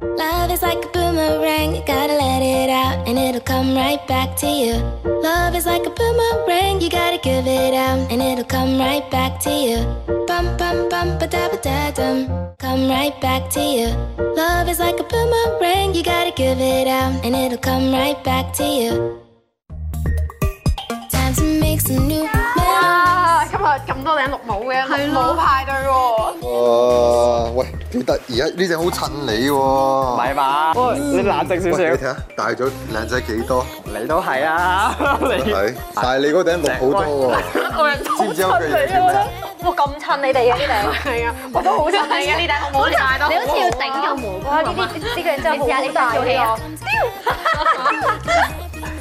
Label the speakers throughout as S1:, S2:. S1: Love is like a boomerang, you gotta let it out and it'll come right back to you. Love is like a boomerang, you gotta give it out and it'll come right back to you. Bum bum bum ba da ba da dum, come right back to you. Love is like a boomerang, you gotta give it out and it'll come right back to you. Time to make some new memories.
S2: 啊！今日咁多頂綠帽嘅，綠帽派對喎。
S3: 哇！喂，幾得意啊！呢只好襯你
S4: 唔
S3: 喎。
S4: 係嘛？你冷靜
S3: 喂，
S4: 少
S3: 你睇
S4: 少，
S3: 下，大咗靚仔幾多？
S4: 你都係啊！ 你
S3: 係，但係你嗰頂綠好多 喎。
S2: 我人
S3: 知唔知有句嘢叫咩啊？
S5: 我咁襯你哋嘅呢
S2: 係啊，我都好襯你嘅呢頂綠帽，你戴得
S5: 頂，你
S2: 好好啊
S5: 好似要頂個毛
S2: 哇
S5: 冠
S2: 呢啲
S5: 咁啊！
S2: 呢個人真
S5: 你試下
S2: 係
S5: 你
S2: 好大
S5: 做戲
S2: 嘅
S5: 啊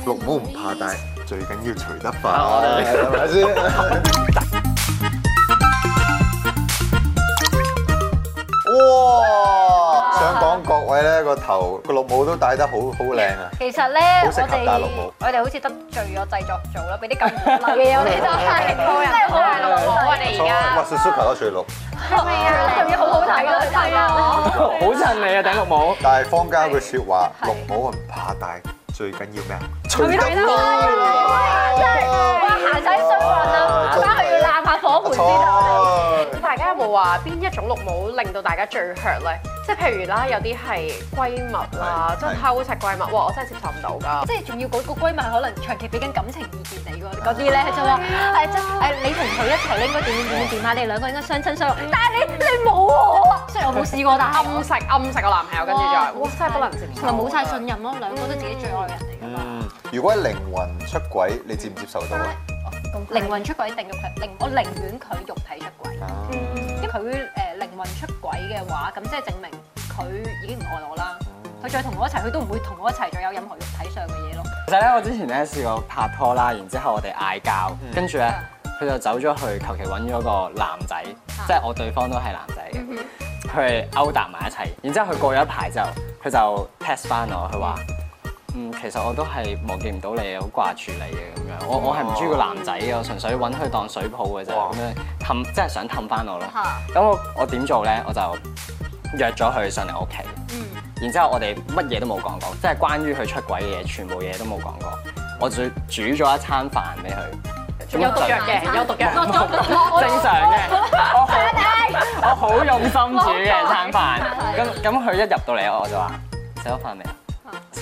S2: 我。！
S3: 綠帽唔怕戴，最緊要除得快，
S4: 啊我
S3: 係
S4: 哋
S3: 咪先？哇！想講各位咧個頭個綠帽都戴得好好靚啊！
S5: 其實咧，
S3: 好
S5: 我
S3: 適合
S5: 哋
S3: 戴綠帽
S5: 我哋好似得罪咗製作組啦，俾 啲咁無賴嘅嘢我哋都 係，啊
S2: 個人都戴綠帽
S5: à,
S2: 啊！你
S3: 錯
S2: 而家
S3: 哇！雪雪球都最綠，
S5: 仲要好好睇咯，係啊！
S4: 好襯你啊，頂綠帽。
S3: 但係坊間有句説話，綠帽唔怕戴，最緊要咩啊？除得啊快
S5: 哇，行晒衰運啊！翻去要攬下火盆先
S3: 啊
S5: 得。
S3: 錯
S2: 大家有冇話邊一種綠帽令到大家最 hurt 咧？即係譬如啦，有啲係閨蜜啦，
S3: 係
S2: 真係偷食閨蜜，哇！我真係接受唔到㗎。
S5: 即係仲要嗰個閨蜜可能長期俾緊感情意見你喎，嗰啲咧就話誒即誒你同佢一齊咧應該點點點點啊，你哋兩個應該相親相愛，但係你你冇我啊，雖然我冇試過，但係
S2: 暗食暗食個男朋友，跟住就
S5: 哇
S2: 哇真係不能接受，
S5: 同埋冇晒信任咯，兩個都自己最愛嘅人嚟㗎嘛。
S3: 嗯，如果係靈魂出軌，你接唔接受到啊？
S6: 哦
S5: 靈魂出軌定肉體，靈我寧願佢肉體出軌，
S3: 啊
S5: 因為佢誒靈魂出軌嘅話，咁即係證明佢已經唔愛我啦。
S3: 嗯
S5: 佢再同我一齊，佢都唔會同我一齊再有任何肉體上嘅嘢咯。
S4: 其實咧，我之前咧試過拍拖啦，然之後我哋嗌交，跟住咧佢就走咗去求其揾咗個男仔，即係我對方都係男仔嘅，佢哋勾搭埋一齊。然之後佢過咗一排之後，佢就 text 翻我，佢話：嗯，其實我都係忘記唔到你，好掛住你嘅咁樣。我
S2: 哦
S4: 我係唔中意個男仔嘅，我純粹揾佢當水泡嘅啫，
S3: 哇
S4: 咁樣氹，即係想氹翻我咯。
S2: 啊
S5: 嚇，
S4: 咁我我點做咧？我就約咗佢上嚟我屋企。
S5: 嗯，
S4: 然之後我哋乜嘢都冇講過，即係關於佢出軌嘅嘢，全部嘢都冇講過。我仲煮咗一餐飯俾佢，
S2: 有毒藥嘅，有毒藥。
S5: 落咗
S4: 正常嘅，我好我好用心煮嘅餐飯。咁咁佢一入到嚟，我就話食咗飯未啊？食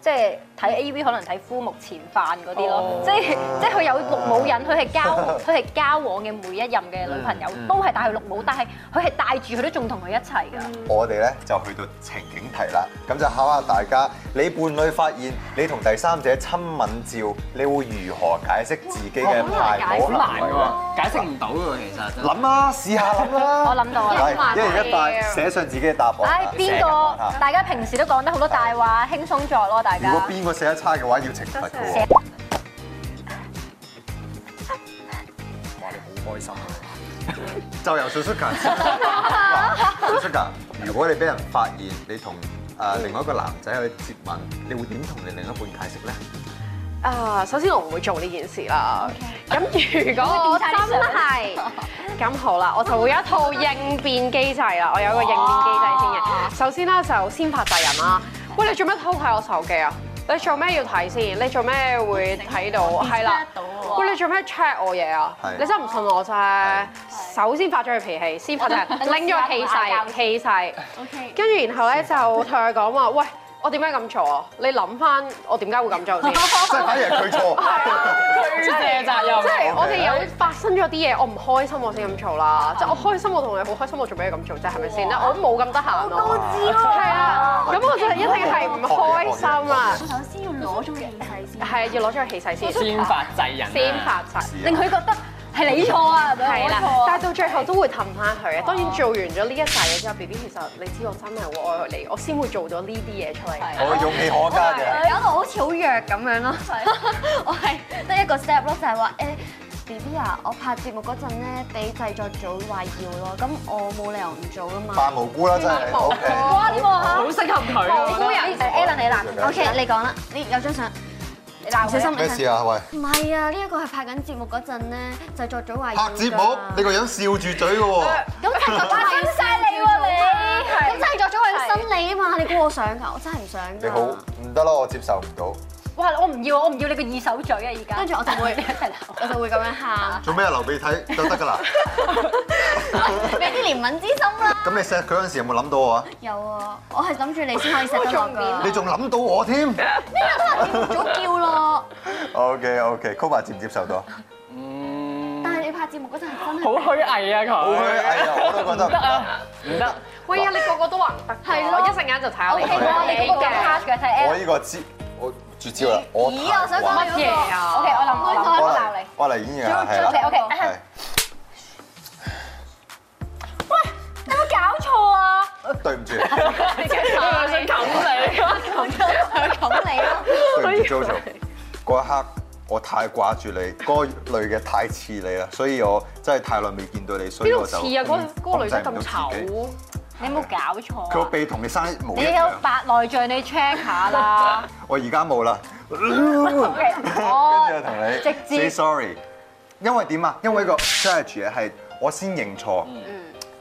S5: 即係睇 A V 可能睇夫目前犯嗰啲
S4: 哦
S5: 咯，即係即係佢有綠帽人，佢係交 佢係交往嘅每一任嘅女朋友
S4: 嗯
S5: 都係戴佢綠帽，但係佢係戴住佢都仲同佢一齊㗎。
S6: 我哋咧就去到情景題啦。咁就考下大家，你伴侶發現你同第三者親吻照，你會如何解釋自己嘅
S5: 哦
S6: 排
S4: 好
S6: 舞
S4: 難
S6: 行為咧？
S4: 喎，解釋唔到喎，其實真係。
S6: 諗啊，試下諗啦。
S5: 我諗到啊
S6: 係
S5: 諗埋
S6: 一人一
S2: 你啊
S6: 塊，寫上自己嘅答案。
S5: 唉，邊個
S6: 寫下
S5: 大家平時都講得好多大話，輕鬆咗咯，大
S6: 啊如果
S5: 家。
S6: 邊個寫得差嘅話，要懲罰嘅喎。
S4: 哇，你好開心啊！
S6: 就由水叔近。水叔近，如果你俾人發現你同誒另外一個男仔去接吻，你會點同你另一半解釋咧？
S2: 啊，首先我唔會做呢件事啦。咁如果 我
S5: 真係
S2: 咁好啦，我就會有一套應變機制啦。我有一個應變機制先嘅。首先啦，就先發制人啦。喂，你做咩偷睇我手機啊？你做咩要睇先？你做咩會睇到？啊係啦。喂，你做咩 check 我嘢啊
S6: 係？
S2: 你真係唔信我啫。首先發咗佢脾氣，先發制 啊人，拎咗佢氣勢，氣勢。
S7: OK，
S2: 跟住然後咧就同佢講話，喂，我點解咁做啊？你諗翻我點解會咁 做先？
S6: 即係反而係佢錯。
S4: 推卸責任。
S2: 啊即係我哋有發生咗啲嘢，我唔開心我先咁做啦。即係我開心，我同你好開心，我做咩要咁做啫？係咪先啦？我都冇咁得閒咯。都知咯。係啊，咁我就一定係唔開心啦。
S5: 啊
S7: 首先要攞咗個氣勢先。
S2: 係要攞咗個氣勢先，
S4: 先發制人啊。
S2: 先發誓。
S5: 令佢覺得係你錯啊，係咪
S2: 係
S5: 我
S2: 啦
S5: 錯啊，
S2: 但係到最後都會氹翻佢嘅。當然做完咗呢一紮嘢之後，B B 其實你知我真係好愛你，我先會做咗呢啲嘢出嚟。
S6: 我勇氣可嘉嘅。
S7: 搞到好似好弱咁樣咯。我係得一個 step 咯，就係話誒 B B 啊，我拍節目嗰陣咧，俾製作組話要咯，咁我冇理由唔做噶 嘛。
S6: 扮無辜啦，真係。O K。
S5: 哇呢個嚇
S2: 好適合佢啊！
S5: 高人誒 Alan 你男，
S7: OK，你講啦，呢有張相，
S5: 你鬧佢
S6: 咩事啊？喂，
S7: 唔係啊，呢一個係拍緊節目嗰陣咧，製作組話要
S6: 拍
S7: 㗎
S6: 節目，你個人笑住嘴嘅喎。
S7: 咁製作組話要
S5: 晒你喎你係
S7: 咁製作組係要新你啊嘛，你估我想㗎？我真係唔想㗎。
S6: 你好，唔得咯，我接受唔到。
S5: 哇我唔要我唔要你個二手嘴啊而家，
S7: 跟住我就會
S5: 一齊鬧。
S7: 我就會咁樣喊，
S6: 做咩啊？留俾你睇就得㗎啦。
S7: 有啲憐憫之心啦。
S6: 咁你錫佢嗰陣時有冇諗到我啊？
S7: 有啊，我係諗住你先可以錫得落㗎。
S6: 你仲諗到我添
S7: 早叫咯，
S6: ？OK OK，Koba 接唔接受到？
S4: 嗯，
S7: 但係你拍節目嗰陣係真
S4: 好
S7: 係
S4: 虛偽啊佢。
S6: 好虛偽啊！我都覺得唔
S4: 得
S6: 得。
S4: 啊，唔得。
S2: 喂啊，你個個都話唔得㗎，
S7: 係咯
S2: 我一陣間就睇下你
S5: O K 喎，你嗰個咁 hard 嘅睇 Alan
S6: 我。呢個知，我絕招啦！我
S7: 咦我想講
S6: 哇
S7: 有
S2: 乜嘢啊
S5: O K，我諗我諗
S6: 我
S5: 我
S6: 嚟
S5: 鬧你。
S6: 我嚟演繹啊，係
S5: O K
S6: 啦，
S5: O K，
S6: 係
S5: 有冇搞錯啊？
S6: 對唔住，
S2: 我想冚你。
S7: 咁你咯。
S6: 對唔住 Jojo。嗰一刻我太掛住你，嗰個女嘅太似你啦，所以我真係太耐未見到你，所以
S2: 邊度
S6: 我
S2: 似
S6: 就
S2: 啊？嗰嗰個女仔
S6: 控
S2: 咁
S6: 制唔到自己。
S2: 醜，
S5: 你有冇搞錯
S6: 佢個
S5: 啊？
S6: 鼻同你生一模一
S5: 你有
S6: 樣，
S5: 白內障，你 check 下 啦。
S6: 我而家冇啦。
S5: O K，
S6: 跟
S5: 我
S6: 住同你
S5: 直接
S6: say sorry，因為點啊？因為個 strategy 係我先認錯，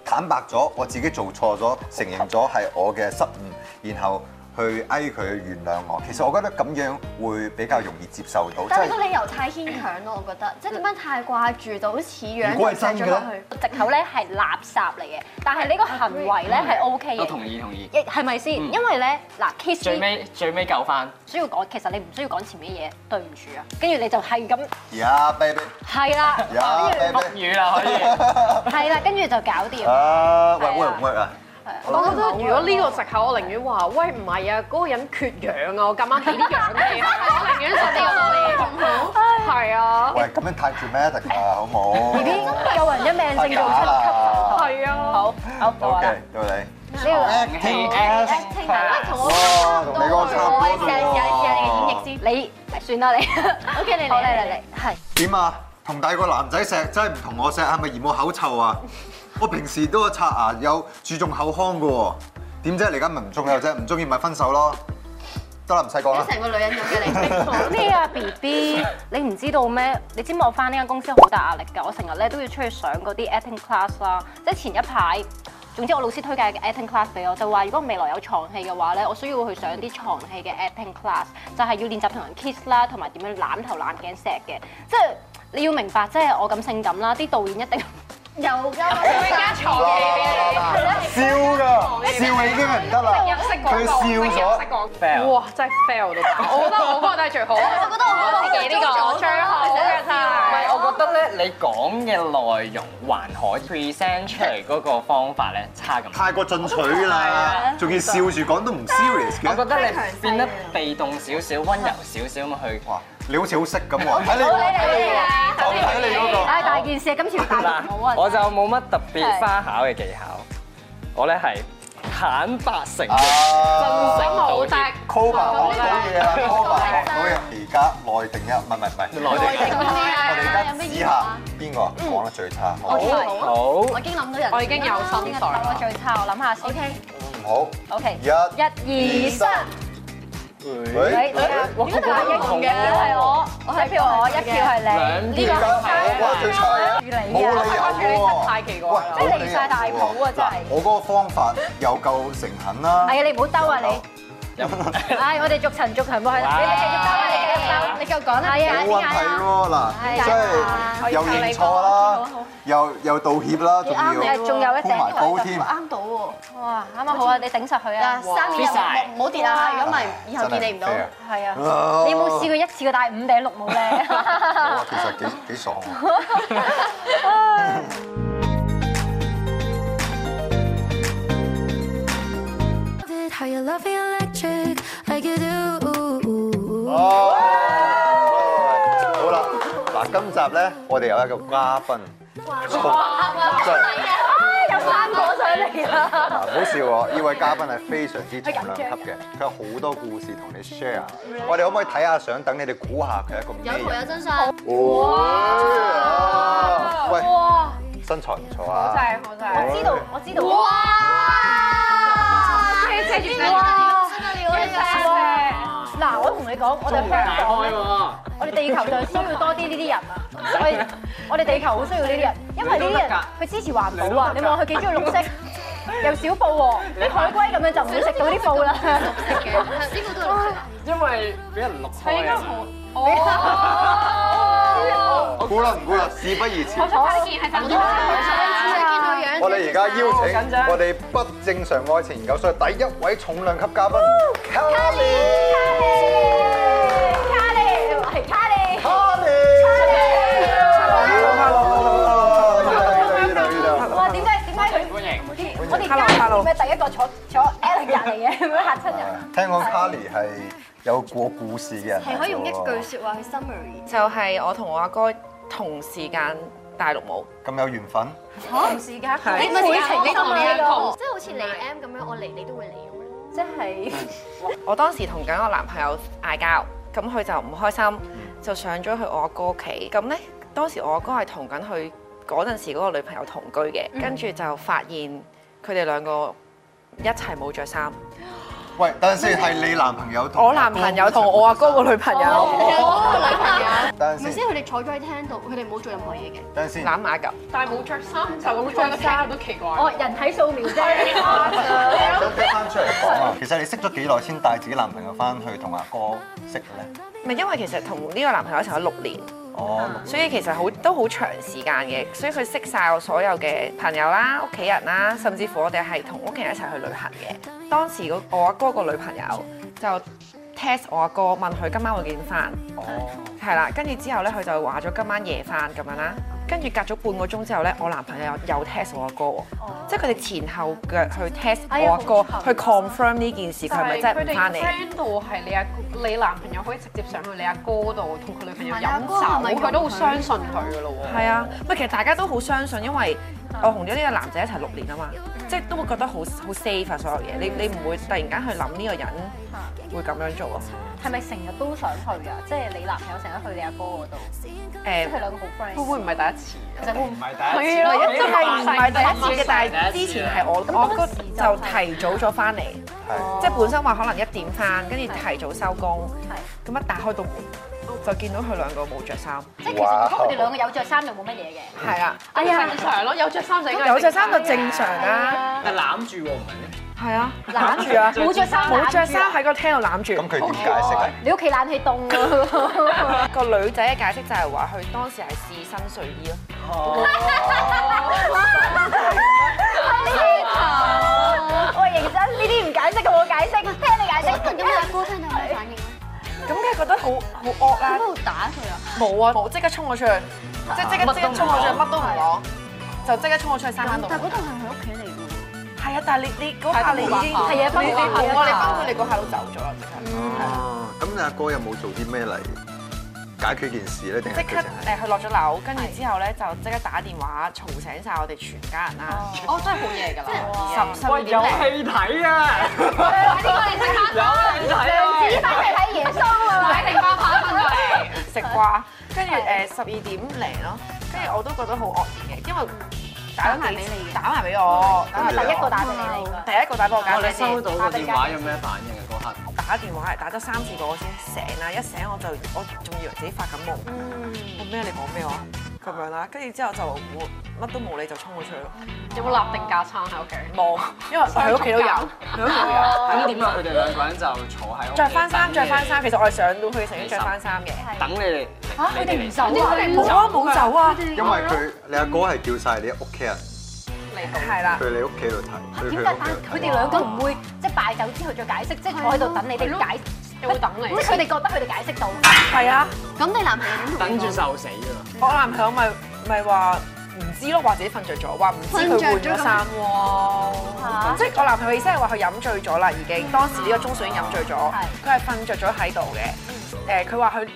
S6: 坦白咗我自己做錯咗，承認咗係我嘅失誤，然後去哀佢原諒我。其實我覺得咁樣會比較容易接受到，
S7: 但係
S6: 即
S7: 呢
S6: 係
S7: 個理由太牽強咯，我覺得，即係點解太掛住到似樣
S6: 如
S7: 就
S6: 果係
S7: 錫
S6: 真
S7: 咗
S6: 嘅
S7: 落
S6: 咧
S7: 去。
S5: 藉口咧係垃圾嚟嘅，但係呢個行為咧係 O K
S4: 我
S5: 嘅，
S4: 同意同意。
S5: 亦係咪先？
S6: 嗯
S5: 因為咧嗱，kiss
S4: 最
S5: me
S4: 尾最尾救翻。
S5: 需要講，其實你唔需要講前面嘅嘢，對唔住啊。跟住你就係咁，
S6: 呀 baby，
S5: 係啦，
S6: 呀
S4: 北
S6: baby，
S4: 語啦可以。
S5: 係啦，跟住就搞掂。
S6: 啊喂
S5: 係啊
S6: work 唔 work 啊？
S7: 係
S3: 我覺得如果呢個藉口，我寧願話喂唔係啊，嗰個人缺氧啊，我咁啱俾啲氧氣佢，我寧願信呢個多啲。係啊，
S6: 喂，咁樣太 dramatic 啦，好冇
S5: B B 救人一命勝造七級浮屠。
S3: 係啊。
S5: 好，好到我啦。
S6: 啊？OK，到你。
S7: 呢個
S6: Acting
S4: S
S7: 聽啊，同我
S6: 哇，同你嗰個差唔
S7: 我係
S6: 多
S7: 成日
S6: 啫
S7: 日嘅演繹
S5: 你算啦，你
S7: OK，你嚟
S5: 好你
S7: 你
S5: 嚟
S7: 嚟
S5: 你係
S6: 喎。點啊？同第二個男仔錫真係唔同我錫，係咪嫌我口臭啊？我平時都有刷牙，有注重口腔嘅喎。點啫？你而家咪唔中意啫，唔中意咪分手咯。得啦，唔使講啦
S7: 啫，。成個女人咁嘅你。
S5: 咩啊，B B？你唔知道咩？你知唔知我翻呢間公司好大壓力㗎？我成日咧都要出去上嗰啲 acting class 啦，即係前一排。總之我老師推介嘅 acting class 俾我，就話如果未來有床戲嘅話咧，我需要去上啲床戲嘅 acting class，就係要練習同人 kiss 啦，同埋點樣攬頭攬頸錫嘅。即係你要明白，即係我咁性感啦，啲導演一定
S7: 有㗎，我加床
S6: 笑㗎，笑你已經係唔得啦。佢笑咗。
S4: fail
S3: 哇！真係 fail 到爆！我覺得我嗰個真係最好，我覺得我自己呢個最好嘅真
S4: 唔
S3: 係。
S4: 係，我覺得咧，你講嘅內容還可以 present 出嚟嗰個方法咧差咁。
S6: 太過進取 啦，仲要笑住講都唔 serious
S4: 我覺
S6: 嘅。
S4: 得你變得被動少少、温柔少少咁去。
S6: 哇，你好似好識咁喎，睇你我睇你嗰個。
S5: 唉，大件事啊！今次要大
S4: 嗱
S5: 龍舞啊！，
S4: 我就冇乜特別花巧嘅技巧，我咧係坦白承
S6: Ờ.
S4: 認。
S6: 啊
S3: 醒好得，
S6: Cover 好嘢啊，Cover 好嘢。而家內定一，唔係唔係唔係，內定一。我哋而家試下邊個講得最差，好唔
S4: 好，
S7: 我已經諗到人，
S3: 我已經有心水
S5: 我
S3: 啦。
S5: 最差，我諗下先。
S6: 好？
S5: O K，
S6: 一
S5: 一二三，
S6: 喂
S5: 喂，我覺得一票係我，一票我，一票係
S4: 兩
S5: 你，呢
S4: 票
S5: 個
S4: 都
S5: 係
S4: 係
S6: 哇，最差嘅。
S5: 你
S6: 冇理由
S5: 啊！
S6: 喎，
S3: 太奇怪啦
S6: 喂
S5: 真係離晒大譜啊真係
S6: 嗱我嗰個方法又夠誠懇啦，
S5: 係啊，你唔好兜啊
S6: 有
S5: 你！唉，我哋逐層逐層過去，你哋繼續兜啊，你繼續兜，你繼續講啦。係
S6: 冇啊問題喎，嗱，即係又認錯啦，又又道歉啦，仲
S5: 啱
S6: 要
S5: 你，仲有一隻
S6: 鋪埋高添，
S7: 啱到喎。
S5: 哇，啱啱好啊，你頂實佢啊
S7: 嗱，！三年後唔好跌啦，如果唔係以後見你唔到。
S5: 係啊，
S6: 你
S5: 你有冇試過一次過戴五頂綠帽咧？
S6: 過？其實幾幾爽喎，
S1: Love it How you love me electric like you do.
S6: 好啦，嗱，今集咧我哋有一個嘉賓，真
S5: 有生果上嚟啊啦！
S6: 嗱，唔好笑我，呢位嘉賓係非常之重量級嘅，佢有好多故事同你 share。我哋可唔可以睇下相，等你哋估下佢係一個咩人？
S7: 真相，
S6: 哇！喂，身材唔錯啊！
S3: 真係好真係。
S5: 我知道，我知道。
S3: 借住
S7: 啊
S5: 嗱，我同你講，我哋香港咧，我哋地球就需要多啲呢啲人 啊！我哋我哋地球好需要呢啲人，因為呢啲人佢支持環保啊！你望佢幾中意 綠色，又少布喎，啲海龜咁樣就唔會食到啲布啦。
S7: 呢個都係
S4: 因為俾人錄
S3: 佢應該
S4: 開
S3: 好。哦，
S6: 估啦唔估啦，事不宜遲。
S3: 我見係真
S7: 我見到
S6: 我哋而家邀請我哋不正常愛情研究所第一位重量級嘉賓 Carly。
S5: 卡利，係卡利。哇！點解點解佢？
S4: 歡迎。
S5: 我哋家入面第一個坐坐 Alan 隔離嘅，咁樣嚇親人。
S6: 聽講 Carly 係有過故事嘅人，
S7: 係可以用一句説話去 summary。
S2: 就係我同我阿哥同時間大陸舞，
S6: 咁有緣分。
S5: 同時間，你
S7: 咪
S5: 每情你同你講，
S7: 即係好似你 M 咁樣，我嚟你都會嚟咁樣。
S5: 即係
S2: 我當時同緊我男朋友嗌交，咁佢就唔開心，就上咗去我阿哥屋企。咁呢，當時我阿哥係同緊佢嗰陣時嗰個女朋友同居嘅，跟住就發現佢哋兩個一齊冇着衫。
S6: 喂，等陣先，係你男朋友同
S2: 我男朋友同我阿哥個女朋友
S6: 等
S7: 唔
S6: 陣
S7: 係先，
S6: 先，
S7: 佢哋坐咗喺廳度，佢哋冇做任何嘢嘅。
S6: 等陣先。
S2: 攬埋嚿。
S3: 但係冇着衫就咁着衫都奇怪。
S5: 哦人體素描啫。
S6: 想聽翻出嚟講啊！其實你識咗幾耐先帶自己男朋友翻去同阿哥識咧？
S2: 咪因為其實同呢個男朋友一齊咗六年。
S6: 哦，
S2: 所以其實好都好長時間嘅，所以佢識晒我所有嘅朋友啦、屋企人啦，甚至乎我哋係同屋企人一齊去旅行嘅。當時個我阿哥個女朋友就 test 我阿哥，問佢今晚會幾點翻，
S6: 哦，
S2: 係啦，跟住之後咧佢就話咗今晚夜翻咁樣啦。跟住隔咗半個鐘之後咧，我男朋友又啊 test 我阿哥喎，即係佢哋前後腳去 test
S5: 哎
S2: 我
S5: 呀
S2: 阿哥
S5: 好，
S2: 去 confirm 呢件事佢係咪真係唔翻嚟？
S3: friend 到係你阿你男朋友可以直接上去你阿哥度同佢女朋友
S7: 係啊
S3: 飲
S7: 哥係咪
S3: 酒，佢都好
S7: 容許
S3: 相信佢噶咯喎。
S2: 係啊，唔係其實大家都好相信，因為我同咗呢個男仔一齊六年啊嘛，即係都會覺得好好 safe 啊所有嘢，你你唔會突然間去諗呢個人會咁樣做啊？
S5: 係咪成日都想去啊？即係你男朋友成日去你阿哥嗰度，即係
S2: 誒
S5: 佢。兩個好
S3: 會唔
S5: friend。
S3: 會唔係第一次？啊
S5: 其實會唔
S8: 唔
S2: 啊
S8: 係第一次
S3: 係咯
S2: 因為唔係第一次嘅，但
S8: 係
S2: 係
S8: 第一
S2: 之
S8: 次
S2: 前係我我哥就提早咗翻嚟，哦即係本身話可能一點翻，跟住提早收工，咁一打開到門就見到佢兩個冇着衫，
S5: 即係其實如果佢哋兩個有着衫就冇乜嘢嘅。
S2: 係啦，
S5: 哎呀，
S3: 正常咯，有着衫就應該係
S2: 有着衫就正常啦，
S8: 但攬住喎，唔係咩？
S2: 係啊，
S5: 攬
S2: 住啊
S5: 冇着衫，
S2: 冇着衫喺個廳度攬住
S6: 咁。佢點解釋咧？
S5: 你屋企冷氣凍啊！
S2: 個女仔嘅解釋就係話佢當時係試新睡衣咯，
S5: 我認真，呢啲唔解釋，我解釋，聽你解釋。
S7: 咁你阿哥聽到有冇反應啊咧？
S2: 咁梗係覺得好好惡啦
S7: 喺，度打佢啊！
S2: 冇啊冇，即刻衝我出去，即即刻即刻衝我出去，乜都唔攞，就即刻衝我出去山
S7: 但
S2: 坑
S7: 係
S2: 度。
S7: 嗰度係佢屋企嚟㗎喎。
S2: 係啊，但係你你嗰下你已經
S5: 係啊，不
S2: 你
S5: 過
S2: 你冇啊，你嗯包
S5: 我
S2: 括你嗰下都走咗啦，即啊刻。
S6: 哦，咁你阿哥有冇做啲咩嚟解決件事咧？定
S2: 即刻
S6: 係佢淨係
S2: 誒，佢落咗樓，跟住之後咧就即刻打電話嘈醒晒我哋全家人啦，
S3: 哦，真係好嘢㗎啦。
S2: 十十
S8: 喂，
S2: 二
S8: 有
S2: 點零
S8: 戲睇啊！
S4: à.
S8: 有戲睇啊！
S5: 你翻嚟睇耶穌啊！
S3: 買定花牌翻過嚟。
S2: 食瓜，跟住誒十二點零咯，跟住我都覺得好愕然嘅，因為打埋俾你，打埋俾我，打埋
S5: 第一個打俾你啦，應該
S2: 第一個打俾我
S8: 我
S2: 揀
S8: 哋
S2: 先。
S8: 收到個電話有咩反應啊？嗰刻
S2: 打電話嚟打咗三次個，我先醒啦，一醒我就我仲以為自己發緊夢，我咩你講咩話咁樣啦，跟住之後就我乜都冇理就衝咗出去咯，
S3: 有冇立定架撐喺屋企？
S2: 冇，因為佢屋企都有，佢屋企都有。
S8: 咁點啊？佢哋兩個人就坐喺屋企
S2: 着翻衫，着翻衫。其實我係上到去成日着翻衫嘅。
S8: 等你哋
S5: 嚇，佢哋唔走啊！
S2: 冇啊，冇走啊，
S6: 因為佢你阿哥係叫晒你屋企人
S2: 係啦
S6: 去。你屋企度睇，去
S5: 點
S6: 佢
S5: 解
S6: 屋企度
S5: 佢
S6: 睇。
S5: 哋兩個唔會即係敗走之後再解釋？即係我喺度等你哋解，
S3: 有冇等你？
S5: 即係佢哋覺得佢哋解釋到。
S2: 係啊，
S7: 咁你男朋友點同
S8: 等
S7: 你
S8: 住
S7: 講？
S8: 受死㗎
S2: 我男朋友咪咪話唔知咯，或者瞓着咗，話唔知佢換咗衫喎。即係我男朋友意思係話佢飲醉咗啦，已經當時呢個鐘水已經飲醉咗，嗯啊佢係嗯瞓着咗喺度嘅。誒，佢話佢。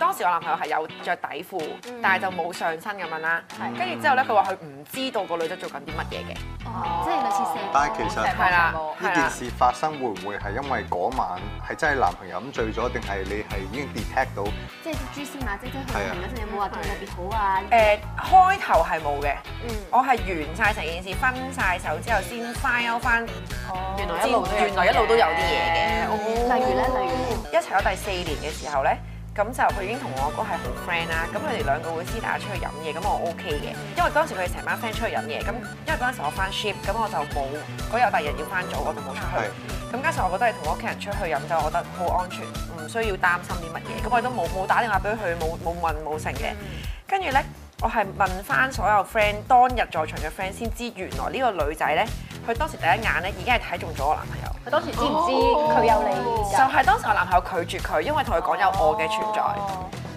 S2: 當時我男朋友係有着底褲，但係就冇上身咁樣啦。跟住之後咧，佢話佢唔知道個女仔做緊啲乜嘢嘅。
S7: 哦，即係類似射
S6: 但係其實
S2: 係啦，
S6: 呢
S2: 係
S6: 件
S2: 啦。
S6: 事發生會唔會係因為嗰晚係真係男朋友飲醉咗，定係你係已經 detect 到？
S7: 即係蛛絲馬跡，即係佢同嗰陣有冇話對你特別好啊？
S2: 誒呃開頭係冇嘅，
S7: 嗯
S2: 我係完晒成件事，分晒手之後先 find out 翻，
S3: 原來
S2: 先
S3: 一路都有
S2: 原來一路都有啲嘢嘅。
S7: 哦啊例如咧，例
S2: 一
S7: 如
S2: 齊咗第四年嘅時候咧，咁就佢已經同我哥係好 friend 啦，咁佢哋兩個會私底下出去飲嘢，咁我 OK 嘅，因為當時佢哋成班 friend 出去飲嘢，咁因為嗰陣時我翻 shift，咁我就冇嗰日第二日要翻早，我就冇出去。咁加上我覺得係同屋企人出去飲酒，我覺得好安全，唔需要擔心啲乜嘢。咁我亦都冇冇打電話俾佢，冇冇問冇成嘅。跟住咧，我係問翻所有 friend 當日在場嘅 friend 先知，原來呢個女仔咧，佢當時第一眼咧已經係睇中咗我男朋友。
S5: 佢當時知唔知佢有你
S2: 就係當時我男朋友拒絕佢，因為同佢講有我嘅存在。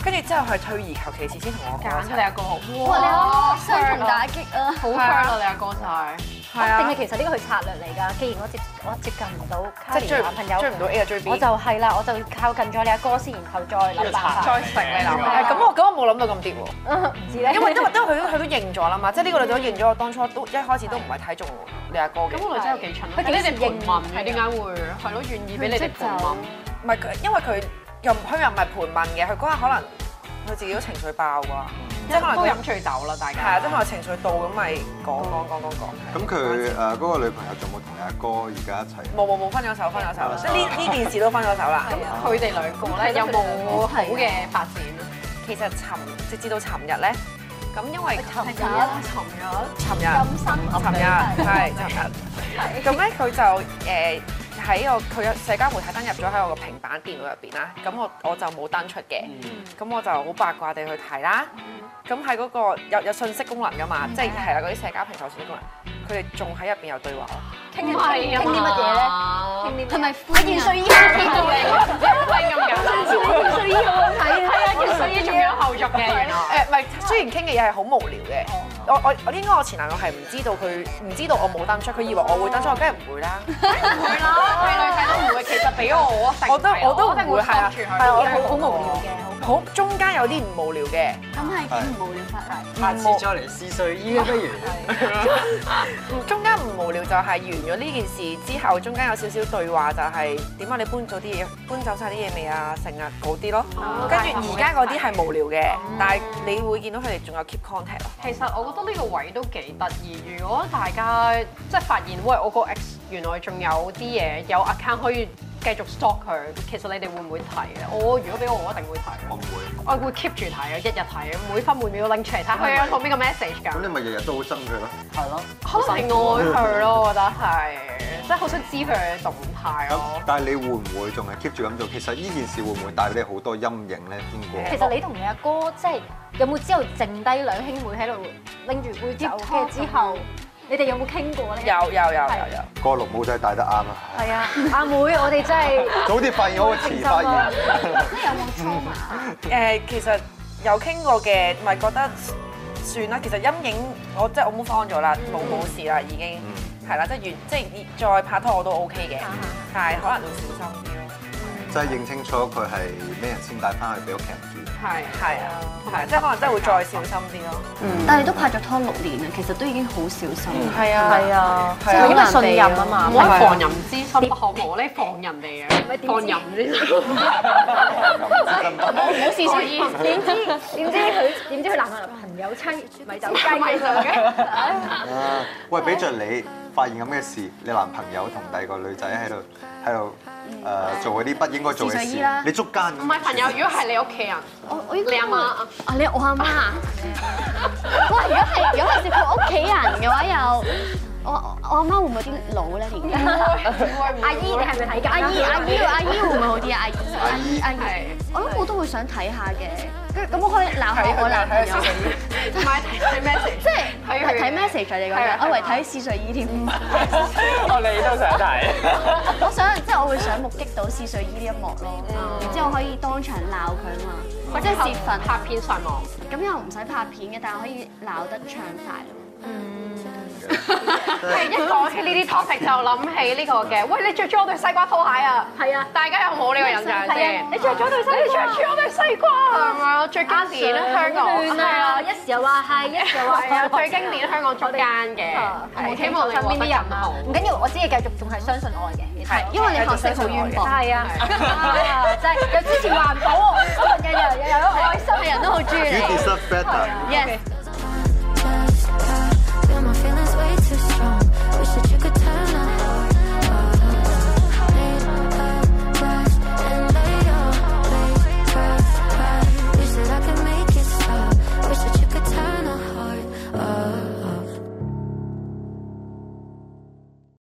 S2: 跟住之後佢退而求其次先同我
S3: 揀咗你
S2: 講。
S3: 阿哥好。
S7: 哇，你
S3: 好
S7: 阿哥雙重打擊啊！
S3: 好 friend 啊！你阿哥晒。
S2: 係啊
S5: 定係其實呢個係策略嚟㗎。既然我接我接近唔到
S2: 即
S5: 卡
S2: 係
S5: 尼
S2: 追
S5: 男朋友，
S2: 追唔到 A 就追 B。
S5: 我就係啦，我就靠近咗你阿哥先，然後再諗辦法。
S2: 再食你男朋
S3: 嗯
S2: 友。咁我咁我冇諗到咁跌喎，
S5: 唔知咧，
S2: 因為因為因為佢都佢都認咗啦嘛，即係呢個女仔都認咗我當初都一開始都唔係睇中你阿哥嘅
S3: 咁。個女仔有幾蠢啊？
S5: 佢
S3: 你
S5: 幾時
S3: 哋盤問
S5: 認
S3: 佢點解會係咯願意俾你哋盤問？
S2: 唔係佢，因為佢又佢又唔係盤問嘅，佢嗰下可能佢自己都情緒爆啩，即係可能
S3: 都
S2: 佢
S3: 飲醉酒啦，大
S2: 係啊，
S3: 家
S2: 即係可能情緒到咁咪講講講講講。
S6: 咁佢誒嗰個女朋友仲冇同你阿哥而家一齊？
S2: 冇冇冇分咗手，分咗手
S3: 哦
S2: 啦，即係呢呢件事都分咗手啦。咁
S3: 啊佢哋兩個啊咧有冇好嘅發展？
S2: 其實尋直至到尋日咧，咁因為尋
S5: 係啊
S3: 尋
S2: 尋
S3: 日
S2: 日，尋日係尋日，咁咧佢就誒喺我佢嘅社交媒體登入咗喺我個平板電腦入邊啦，咁我我就冇登出嘅，
S3: 嗯
S2: 咁我就好八卦地去睇啦，咁喺嗰
S3: 嗯
S2: 個有有信息功能噶嘛，即係係啦嗰啲社交平台信息功能，佢哋仲喺入邊有對話咯，
S5: 傾
S8: 唔係啊
S5: 傾啲乜嘢咧？
S8: 嘛
S5: 傾啲
S7: 係咪
S5: 我件睡衣好睇到你，件睡衣好好睇
S8: 係
S5: 啊！
S8: 啊件睡衣仲有後續嘅原來
S2: 誒唔係，雖然傾嘅嘢係好無聊嘅，我我我應該我前男友係唔知道佢唔知道我冇登出，佢以為我會登出，我梗係唔會啦。
S8: 係啦，睇女仔都唔會，其實俾我我一定
S2: 我都
S8: 係
S2: 我都
S8: 一定
S2: 唔會係
S8: 收
S2: 啊，
S8: 住
S2: 係啊
S8: 佢。
S2: 我
S7: 好無聊嘅，好
S2: 好中間有啲唔無聊嘅，
S7: 咁係幾唔無聊法例？
S4: 下次再嚟試睡衣啦，不如。
S2: 中間唔無聊就係完咗呢件事之後，中間有少少對話就係點啊解你搬咗啲嘢，搬走晒啲嘢未啊，成啊嗰啲咯。跟住而家嗰啲係無聊嘅，但係你會見到佢哋仲有 keep contact 啊咯。
S3: 其實我覺得呢個位都幾得意。如果大家即係發現，喂，我個 X 原來仲有啲嘢有 account 可以繼續 stalk 佢，其實你哋會唔會睇咧？我如果俾我，我一定會睇。啊
S6: 我唔會。
S3: 我會 keep 住睇啊，日日睇，每分每秒都拎出嚟睇，啊佢有冇邊個 message
S6: 咁你
S3: 㗎？
S6: 咪日日都好憎佢咯。
S4: 係咯，
S3: 可能係愛佢咯，我覺得係，啊即係好想知佢嘅動態咯
S6: 咁。但係你會唔會仲係 keep 住咁做？其實呢件事會唔會帶俾你好多陰影咧？經過
S5: 其實你同你阿哥即係有冇之後剩低兩兄妹喺度拎住杯酒，跟住之後你哋有冇傾過咧？
S2: 有有有有有。
S6: 個綠帽真係帶得啱啊！
S5: 係啊，阿妹，我哋真係
S6: 早啲發現好過遲發 現。
S7: 即係有冇啊 trauma？
S2: 誒、其實有傾過嘅，咪覺得算啦。其實陰影我即係我 move on 咗啦，冇冇事啦，已經係啦，即係完即係再拍拖我都 OK 嘅，但啊係可能要小心啲咯。
S6: 即係認清楚佢係咩人先帶翻去俾屋企人住。
S3: 係
S2: 係啊，係即係可能真係會再小心啲咯。
S7: 但係你都拍咗拖六年啊啦，其實都已經好小心。
S2: 係啊，係啊，係
S5: 因
S2: 啊。
S5: 為信任啊嘛
S3: 唔。可以防人之心不可無，你防人 哋啊嘅，防人之心。
S5: 唔好試試， 點知點知佢點知佢男朋友親 咪走雞嘅，
S6: 啊！喂，俾着你發現咁嘅事，你男朋友同第二個女仔喺度喺度
S3: 嗯
S6: 誒做嗰啲不應該做嘅
S7: 自制
S6: 事
S7: 衣啦，
S6: 你捉奸。
S3: 唔係朋友，如果係你屋企人，
S7: 我我應該
S3: 你阿媽啊
S7: 啊，你我阿媽啊。哇！如果係如果係接佢屋企人嘅話，又我我我阿媽會唔會有啲老咧？年紀
S5: 阿姨你係咪睇緊？
S7: 阿姨阿姨阿姨會唔會好啲啊？阿姨阿姨阿
S3: 係
S7: 姨，我諗我都會想睇下嘅。跟咁我可以鬧下我男朋友，
S3: 唔係睇睇 message，
S7: 即係
S3: 睇佢
S7: 係睇 message 啊你講
S3: 係啊
S7: 緊，我以為睇試睡衣添。
S4: 我哋都想睇。
S7: 我想即係我會想目擊到試睡衣呢一幕咯，然之後可以當場鬧佢啊嘛，即係泄憤。
S3: 嗯拍片上網。
S7: 咁又唔使拍片嘅，但係可以鬧得暢快咯。
S3: 嗯 係一講起呢啲 topic 就諗起呢個嘅，喂，你着咗我對西瓜拖鞋啊！
S5: 係啊
S3: 大家有冇呢個印象
S5: 係啊
S3: 先？
S5: 你着咗對西瓜
S3: 你着住我對西瓜咁
S7: 啊
S3: 樣，最經典香港
S5: 亂啊！一時又話係，一時又話
S3: 係啊，最經典香港中間嘅，
S5: 係
S3: 希望你
S5: 身
S3: 邊
S5: 邊啲
S3: 啲
S5: 人
S3: 人
S5: 啊
S3: 好。，
S5: 唔緊要，我知你繼續仲係相信愛嘅，係
S7: 因為你學識好淵博，
S5: 係 啊，啊真係又支持環保喎，今日日日又有愛心嘅人都好中意
S6: You
S5: 你。
S6: deserve better。
S7: Yes，